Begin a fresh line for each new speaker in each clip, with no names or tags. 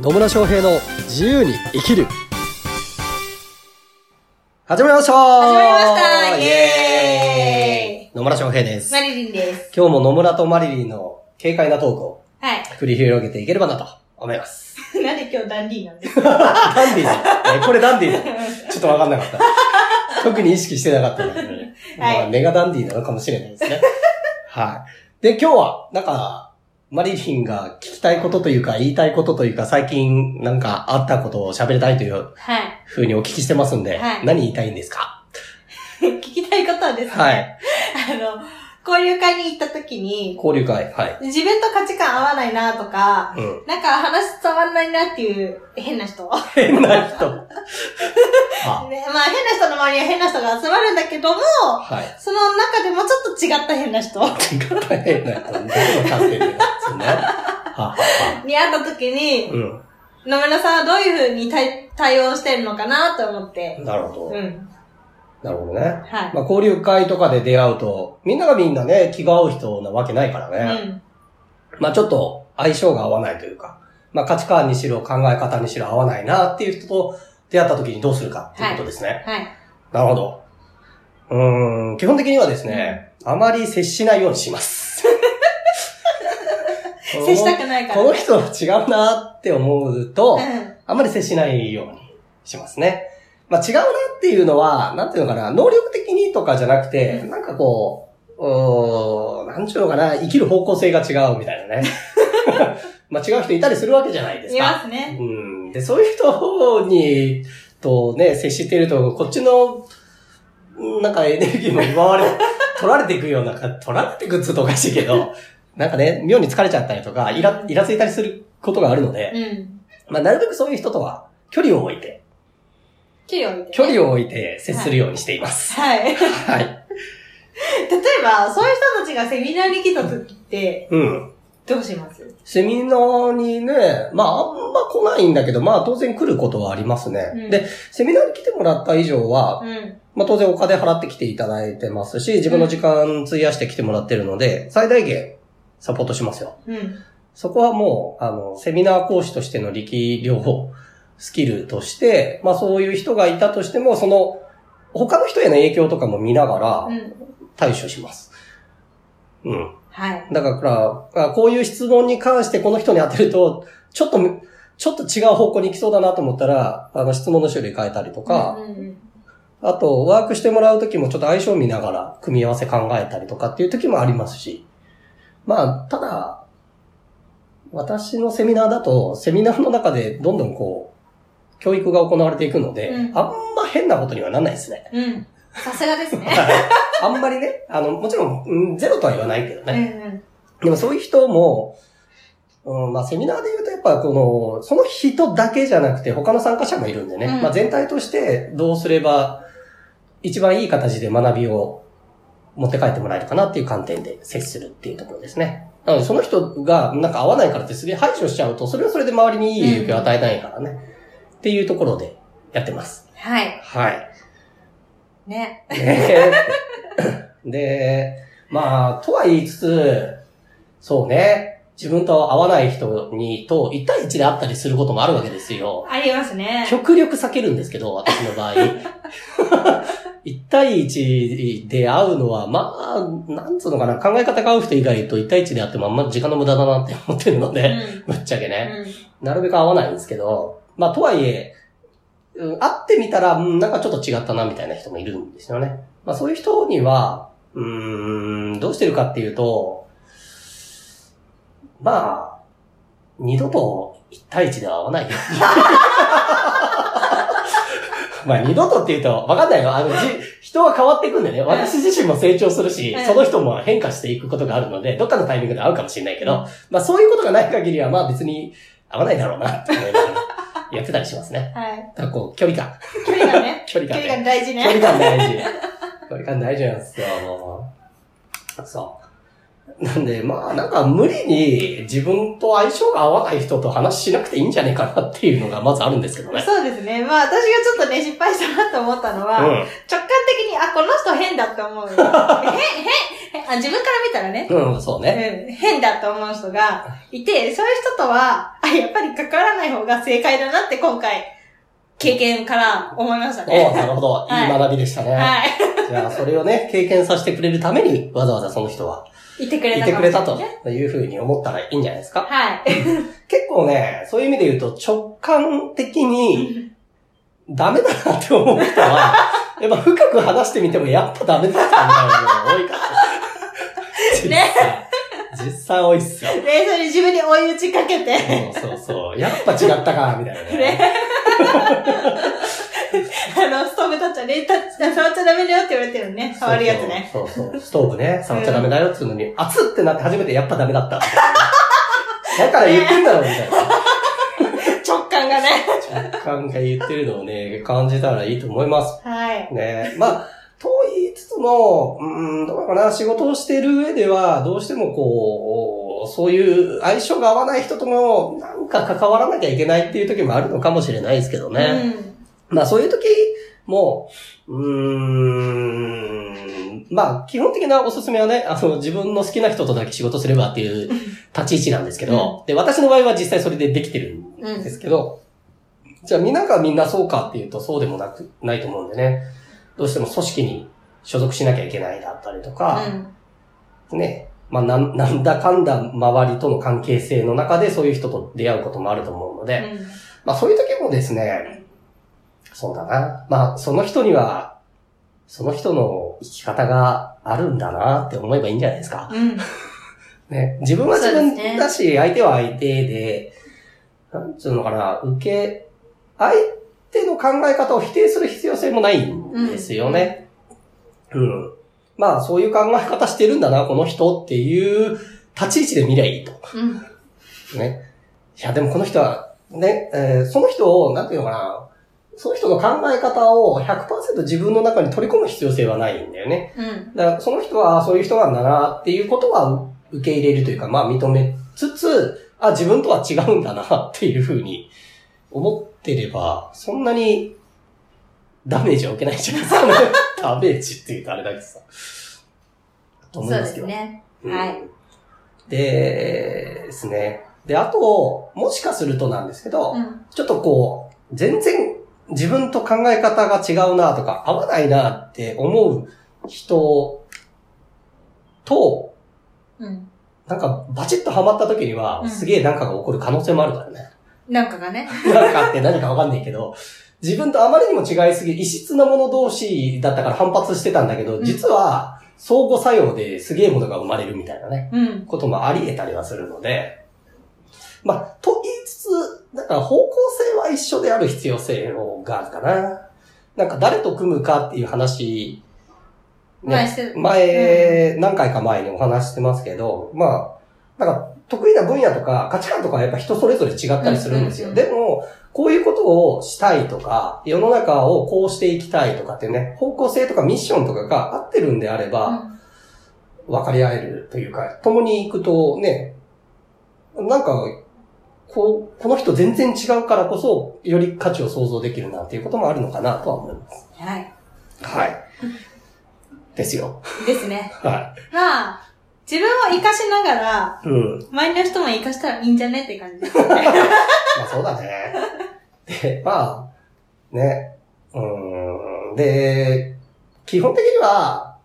野村翔平の自由に生きる始まりました
始まりましたイエ
ーイ野村翔平で
ーイ
す
マ。リリンです。
今日も野村とマリリンの軽快なトークを
はい。
繰り広げていければなと思い ます。
なんで今日ダンディーなんですか
ダンディーだ。ねこれダンディーだ。ちょっとわかんなかった。特に意識してなかったんだけどね。
はい
まあ、メガダンディーなのかもしれない ですね。はい。で、今日は、なんか、マリリンが聞きたいことというか、言いたいことというか、最近なんかあったことを喋りたいという
はい。
ふうにお聞きしてますんで、
はい
何言いたいんですか
聞きたいことはですね、
はい。
あの、交流会に行った時に、
交流会。はい。
自分と価値観合わないなとか、
うん。
なんか話伝わんないなっていう変な人。ね、まあ
変な 人。あ、
変な人の周りは変な人が集まるんだけども、
はい。
その中でもちょっと違った変な人
変な人。誰の勝手にね。そんなはは
に会った時に、
は。
野村さんはどういう風に対対応してるのかなと思って
うん。。なるほ
う
ど。
ん。
なるほどね。
はい。
まあ、交流会とかで出会うと、みんながみんなね、気が合う人なわけないから
う
ね。
ん。
まあ、ちょっと相性が合わないというか、まあ、価値観にしろ考え方にしろ合わないなっていう人と出会った時にどうするかっていうことですね。
はい。
なるほど。うーん、基本的にはですね、あまり接しないようにします。
接したくないから。
この人は違うなって思うと、
うん。
あまり接しないようにしますね。まあ違うなっていうのは、なんていうのかな、能力的にとかじゃなくて、
うん
なんかこう、うーん、なんちゅうのかな、生きる方向性が違うみたいなね。まあ違う人いたりするわけじゃないです
いま
か。
すね。
うん。で、そういう人に、とね、接していると、こっちの、なんかエネルギーも奪われ、 取られていくような、取られていくっつうとおかしいけど、なんかね、妙に疲れちゃったりとか、イラ、イラついたりすることがあるので、
うん。
まあ、なるべくそういう人とは距離を置いて、
距離を置いてね、
距離を置いて接するようにしています。
はい。 例え
はい。
ば、そういう人たちがセミナーに来た時って、
うん。
どうします
セミナーにね、まあ、あんま来ないんだけど、まあ、当然来ることはありますね。
うん
で、セミナーに来てもらった以上は、
うん。
まあ、当然お金払ってきていただいてますし、自分の時間費やして来てもらってるので、最大限サポートしますよ。
うん。
そこはもう、あの、セミナー講師としての力量を、スキルとして、まあそういう人がいたとしても、その、他の人への影響とかも見ながら
う、ん。
対処します。うん。
はい。
だから、あこういう質問に関してこの人に当てると、ちょっと、ちょっと違う方向に行きそうだなと思ったら、あの質問の種類変えたりとか、
うんうん
あと、ワークしてもらうときもちょっと相性見ながら組み合わせ考えたりとかっていうときもありますし。まあ、ただ、私のセミナーだと、セミナーの中でどんどんこう、教育が行われていくので、
うん
あんま変なことにはなんないですね。
うん。うん。さすがですね。
あんまりね、あの、もちろん、うんゼロとは言わないけど
うん う
ね。
ん。
でもそういう人も、うん、まあセミナーで言うとやっぱこの、その人だけじゃなくて他の参加者もいるんでね、
うん
まあ全体としてどうすれば一番いい形で学びを持って帰ってもらえるかなっていう観点で接するっていうところですね。なのでその人がなんか合わないからってすげえ排除しちゃうと、それはそれで周りにいい影響を与えないからね、っていうところでやってます。
はい。
はい。
ね。
ね で、まあ、とは言いつつ、そうね、自分と合わない人にと1対1で会ったりすることもあるわけですよ。
ありますね。
極力避けるんですけど、私の場合。1対1で会うのは、まあ、なんつうのかな、考え方が合う人以外と1対1で会ってもあんま時間の無駄だなって思ってるの
う
で、
ん。
ぶっちゃけね。
うん
なるべく合わないんですけど、まあ、とはいえ、うん会ってみたら、うんなんかちょっと違ったな、みたいな人もいるんですよね。まあ、そういう人には、うーん、どうしてるかっていうと、まあ、二度と一対一では合わないよ。まあ、二度とって言うと、わかんないよ。あの、じ、人は変わっていくんでね。私自身も成長するし
うん、
その人も変化していくことがあるので、どっかのタイミングで会うかもしれないけど、まあ、そういうことがない限りは、まあ別に合わないだろうな、って思いながら、やってたりします ね。
はい。
だからこう、距離感。
距離がね。
距離
距
感、ね。
離が大事
距離
ね。
感大事。距離感大事なんですよ、もう。そなんで、まあなんか無理に自分と相性が合わない人と話しなくていいんじゃねえかなっていうのがまずあるんですけどね。
そうですね。まあ私がちょっとね、失敗したなと思ったの
う
は、直
ん。
感的に、あ、この人変だっ て思うよ。変、変、変あ、自分から見たらね、
うん、そうね。
うん、変だと思う人がいて、そういう人とは、あ、やっぱり関わらない方が正解だなって今回、経験から思いました
おおな
ね。
るほど。いい学びでしたね。
はい。
じゃあ、それをね、経験させてくれるために、わざわざその人は、
いてくれ
い
た
て
か
く
もし
れ
な
た
い
と
ね
いうふうに思ったらいいんじゃないですか。
はい。
結構ね、そういう意味で言うと、直感的に、ダメだなって思う人は、 やっぱ深く話してみても、やっぱダメだったみたいなのが多いから。
ね
実際。実際多いっすよ。
で、それ自分に追い打ちかけて、
そうそうそう。やっぱ違ったか、みたいな
ね
ね。
あの、ストーブ立っちゃ、レタッチ、触っちゃダメだよって言われてるのね。触るやつね。
そうそう。そうそう。ストーブね、触っちゃダメだよっていうのに、熱ってなって初めてやっぱダメだ ったみたいな。だから言ってんだろう、みたいな。
直感がね。
直感が言ってるのをね、感じたらいいと思います。
はい。
ね。まあ、と言いつつも、うん、どうかな、仕事をしてる上では、どうしてもこう、そういう相性が合わない人とも、なんか関わらなきゃいけないっていう時もあるのかもしれないですけどね。
うん。
まあそういう時も、うーん、まあ基本的なおすすめはね、あの自分の好きな人とだけ仕事すればっていう立ち位置なんですけど、で、私の場合は実際それでできてるん
う
です
ん。
けど、じゃあみんながみんなそうかっていうとそうでもなく、ないと思うんでね、どうしても組織に所属しなきゃいけないだったりとか、ね、まあなんなんだかんだ周りとの関係性の中でそういう人と出会うこともあると思うので、
うん。
まあそういう時もですね、そうだな。まあその人には、その人の生き方があるんだなって思えばいいんじゃないですか。
うん。
ね、自分は自
そう
分
ですね
だし、相手は相手で、なんつうのかな、受け、相手の考え方を否定する必要性もないんですよね。うん。まあそういう考え方してるんだな、この人っていう立ち位置で見りゃいいと。
うん。
ね。いや、でもこの人は、ね、えーその人を、なんていうのかな、その人の考え方を100%自分の中に取り込む必要性はないんだよね。
うん。
だから、その人はそういう人なんだなっていうことは受け入れるというか、まあ認めつつ、あ、自分とは違うんだなっていうふうに思ってれば、そんなにダメージは受けないんじゃないですか ね。ダメージって言うとあれだけどさ。と
そ
思い
う
ま
です
け
す
ど。
ね。
うん
はい。
で、ですね。で、あと、もしかするとなんですけど、
うん。
ちょっとこう、全然自分と考え方が違うなとか、合わないなって思う人と、
うん。
なんかバチッとハマった時には、
うん
すげえなんかが起こる可能性もあるからね。
なんかがね。
なんかって何かわかんないけど、自分とあまりにも違いすぎ、異質なもの同士だったから反発してたんだけど、
うん
実は相互作用ですげえものが生まれるみたいなね。
うん。
こともあり得たりはするので、まあ、と言いつつ、なんか方向性は一緒である必要性をがあるかな。なんか誰と組むかっていう話、
前してる。
前、何回か前にお話ししてますけど、まあ、なんか得意な分野とか価値観とかはやっぱ人それぞれ違ったりするんです
う
よ。
んうん
でも、こういうことをしたいとか、世の中をこうしていきたいとかってね、方向性とかミッションとかが合ってるんであれば、分かり合えるというか、共に行くとね、なんか、こう、この人全然違うからこそ、より価値を想像できるなっていうこともあるのかなとは思います。
うんはい。
はい。ですよ。
ですね。
は
まあ、自分を活かしながら、
い。うん。
周りの人も活かしたらいいんじゃねって感 じ。
まあそうだね。で、まあ、ね。うーん。で、基本的には、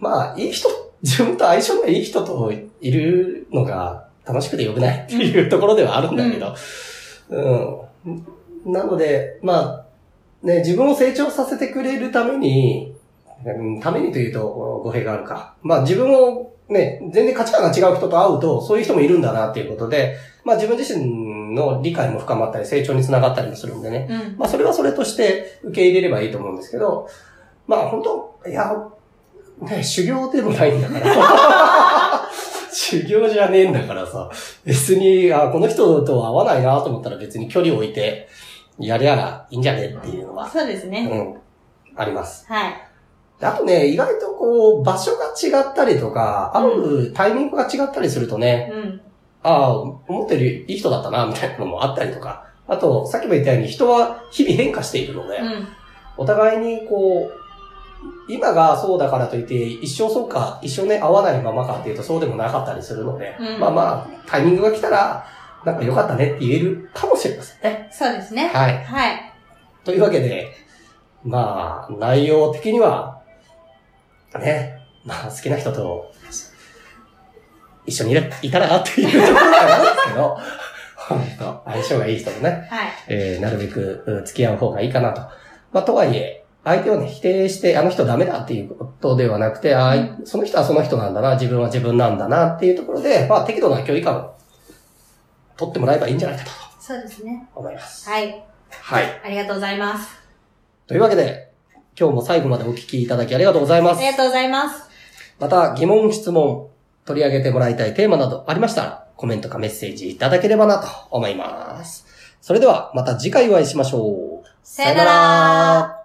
まあ、いい人、自分と相性がいい人といるのが楽しくて良くないっていうところではあるんだけど。うん。なので、まあ、ね、自分を成長させてくれるために、うんためにというと語弊があるか。まあ自分をね、全然価値観が違う人と会うと、そういう人もいるんだなっていうことで、まあ自分自身の理解も深まったり成長につながったりもするんでね。
うん。
まあそれはそれとして受け入れればいいと思うんですけど、まあ本当いや、ね、修行でもないんだから。 修行じゃねえんだからさ。別に、あ、この人とは合わないなと思ったら別に距離を置いて、やりゃらいいんじゃねっていうのは、
そうですね。
うん、あります。
はい。
であとね、意外とこう、場所が違ったりとか、会うタイミングが違ったりするとね、
うん。
ああ、思ったよりいい人だったな、みたいなのもあったりとか、あと、さっきも言ったように人は日々変化しているので、
うん。
お互いにこう、今がそうだからといって、一生そうか、一生ね、合わないままかっていうとそうでもなかったりするので、
うん
まあまあ、タイミングが来たら、なんか良かったねって言えるかもしれませんね。
そうですね。
はい。
はい。
というわけで、まあ、内容的には、ね、まあ、好きな人と、一緒にいれいたらなっていうところなんですけど、本当相性がいい人とね、
はい。
えーなるべくうん付き合う方がいいかなと。まあ、とはいえ、相手をね、否定して、あの人ダメだっていうことではなくて、あーその人はその人なんだな、自分は自分なんだなっていうところで、まあ、適度な距離感を取ってもらえばいいんじゃないかと
そうですね。
思います。
はい。
はい。
ありがとうございます。
というわけで、今日も最後までお聞きいただきありがとうございま
あ
す
り。がとうございます。
また、疑問、質問、取り上げてもらいたいテーマなどありましたら、コメントかメッセージいただければなと思います。それでは、また次回お会いしましょう。
さよなら